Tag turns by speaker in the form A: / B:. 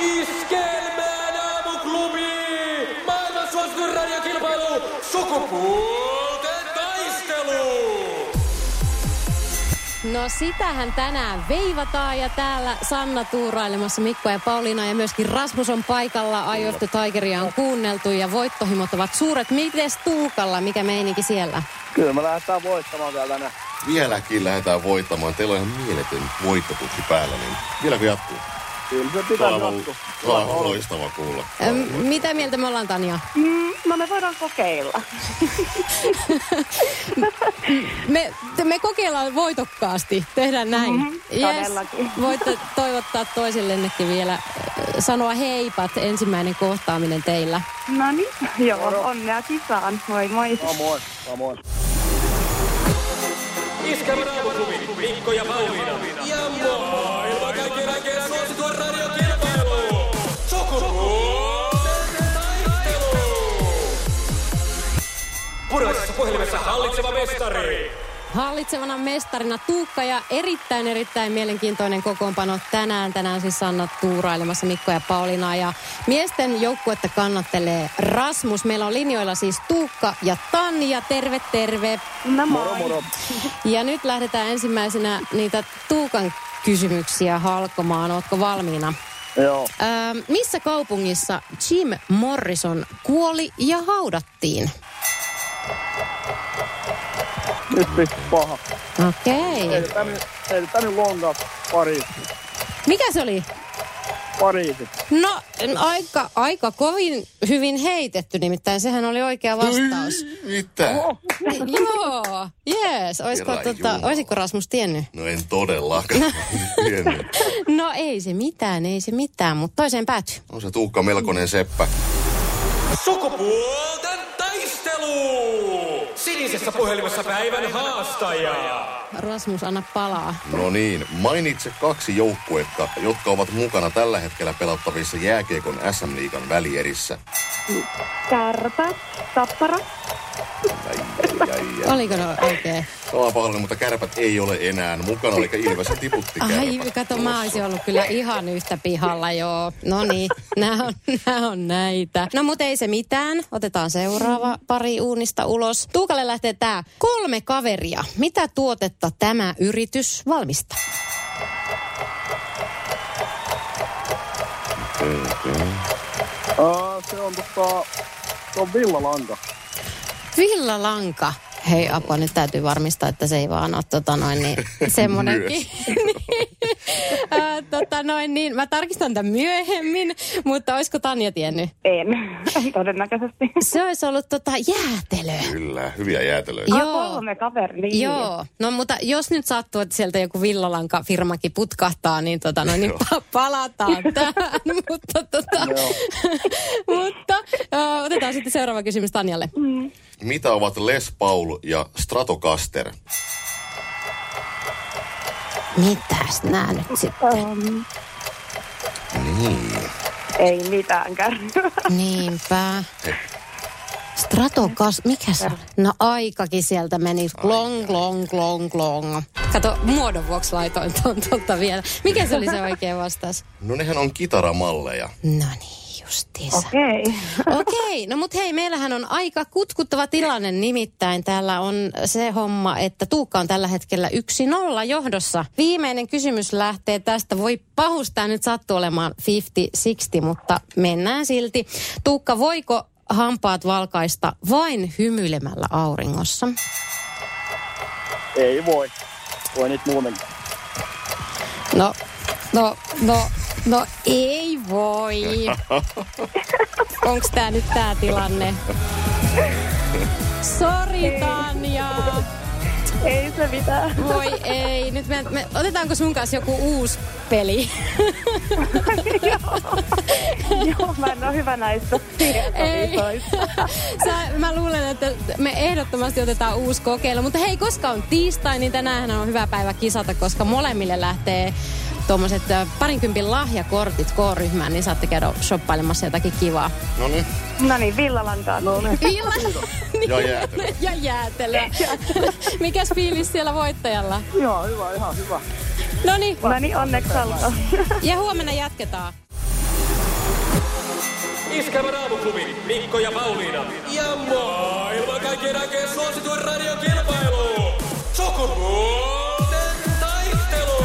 A: Iskelmään aamuklubi! Maailman suosituin radiokilpailu! Sukupuolten taistelu!
B: No sitähän tänään veivataan ja täällä Sanna tuurailemassa Mikko ja Pauliina ja myöskin Rasmus on paikalla. Eye of the Tigeria on kuunneltu ja voittohimot ovat suuret. Mites Tuukalla, mikä meininki siellä?
C: Kyllä me lähdetään voittamaan vielä tänään.
D: Vieläkin lähdetään voittamaan. Teillä on ihan mieletön voittoputki päällä, niin vieläkö jatkuu?
C: Kyllä se pitää
D: Aivan,
C: jatkuu.
D: aivan loistava kuulla.
B: Ö, mitä mieltä me ollaan Tanja?
E: Mm, no me voidaan kokeilla.
B: Me, te- me kokeillaan voitokkaasti, tehdään näin.
E: Mhm, todellakin.
B: Voitte toivottaa toisillennekin vielä ö, sanoa heipat, ensimmäinen kohtaaminen teillä.
E: No niin, joo, onnea kisaan. Moi moi.
C: Samoin, samoin.
A: Iskelmän aamuklubi! Mikko ja Pauliina! Ja maailman kaikkien aikeen suosituin radiokilpailu! Sukupuolten taistelu! Puraisessa puhelimessa hallitseva mestari!
B: Hallitsevana mestarina Tuukka ja erittäin erittäin mielenkiintoinen kokoonpano tänään. Tänään siis Sanna tuurailemassa Mikko ja Pauliina ja miesten joukkuetta kannattelee Rasmus. Meillä on linjoilla siis Tuukka ja Tanja. Terve, terve.
E: No
C: Moro,
E: moi.
C: moro.
B: Ja nyt lähdetään ensimmäisenä niitä Tuukan kysymyksiä halkomaan. Ootko valmiina?
C: Joo.
B: Öö, missä kaupungissa Jim Morrison kuoli ja haudattiin?
C: Nyt pisti paha.
B: Okei. Okay.
C: Heitetään nyt- heitetään nyt lonkat Pariisi.
B: Mikä se oli?
C: Pariisi.
B: No, n- aika, aika kovin hyvin heitetty nimittäin. Sehän oli oikea vastaus.
D: Mitä?
B: Ni- Joo, jees. Olisiko,
D: Herra
B: tota,
D: Jumala.
B: olisiko Rasmus tiennyt?
D: No en todellakaan tiennyt.
B: No ei se mitään, ei se mitään, mutta toiseen päätyy.
D: On se Tuukka melkoinen seppä.
A: Sukupuolten taistelu! Sinisessä puhelimessa päivän haastaja!
B: Rasmus, anna palaa.
D: No niin, mainitse kaksi joukkuetta, jotka ovat mukana tällä hetkellä pelattavissa jääkiekon SM-liigan välierissä.
E: Kärpät, tappara.
D: Ai, ai, ai, ai.
B: Oliko ne oikein?
D: Olen pahoillani, mutta kärpät ei ole enää mukana, eli Ilves tiputti
B: Ai,
D: kärpät.
B: kato, mä olisin ollut kyllä ihan yhtä pihalla, joo. No niin, nää on, nää on näitä. No mut ei se mitään. Otetaan seuraava pari uunista ulos. Tuukalle lähtee tää. Kolme kaveria. Mitä tuotetta tämä yritys valmistaa?
C: Ää, se on tota... Se on villalanka.
B: Villalanka. Hei apua, nyt täytyy varmistaa, että se ei vaan ole tota noin niin, semmonenkin. Ää, tota noin niin, mä tarkistan tämän myöhemmin, mutta olisiko Tanja tiennyt?
E: En, todennäköisesti.
B: Se olisi ollut tota jäätelö.
D: Kyllä, hyviä jäätelöitä.
E: Ah,
B: Joo.
E: kolme kaveri, niin.
B: Joo, no mutta jos nyt sattuu, että sieltä joku villalankafirmakin putkahtaa, niin, tota, no, niin pa- palataan tähän. mutta tota, mutta ö, otetaan sitten seuraava kysymys Tanjalle.
E: Mm.
D: Mitä ovat Les Paul ja Stratocaster?
B: Mitäs nää nyt sitten?
E: Um,
D: Niin.
E: ei mitään kärpää.
B: Niinpä. Stratokas, mikä se oli? No aikakin sieltä meni. Klong, klong, klong, klong. Kato, muodon vuoksi laitoin tuon tuolta vielä. Mikä se oli se oikea vastaus?
D: No nehän on kitaramalleja.
B: No niin, justiinsa.
E: Okei.
B: Okei, no mut hei, meillähän on aika kutkuttava tilanne nimittäin. Täällä on se homma, että Tuukka on tällä hetkellä 1-0 johdossa. Viimeinen kysymys lähtee tästä. Voi pahus, tää nyt sattuu olemaan 50-60, mutta mennään silti. Tuukka, voiko hampaat valkaista vain hymyilemällä auringossa?
C: Ei voi. Voi niitä muutenkin.
B: No, no, no, no ei voi. Onks tää nyt tää tilanne? Sori Tanja.
E: Ei se mitään.
B: Voi ei, nyt me, me, otetaanko sun kanssa joku uusi peli?
E: Joo, mä en ole hyvä näistä tietovisoista.
B: Sä, mä luulen, että me ehdottomasti otetaan uusi kokeilu. Mutta hei, koska on tiistai, niin tänään on hyvä päivä kisata, koska molemmille lähtee tuommoiset parinkympin lahjakortit K-ryhmään, niin saatte käydä shoppailemassa jotakin kivaa.
D: No niin,
E: No niin, villalankaa. No niin.
B: Villa
D: ja jäätelö.
B: ja jäätelöä. Mikäs fiilis siellä voittajalla?
C: Joo, hyvä, ihan hyvä.
B: No niin,
E: No niin, onneksi olkoon.
B: ja huomenna jatketaan.
A: Iskävä raamuklubi Mikko ja Pauliina. Ja maailman kaikkien aikeen suosituen radiokilpailu. Sukupuolten taistelu.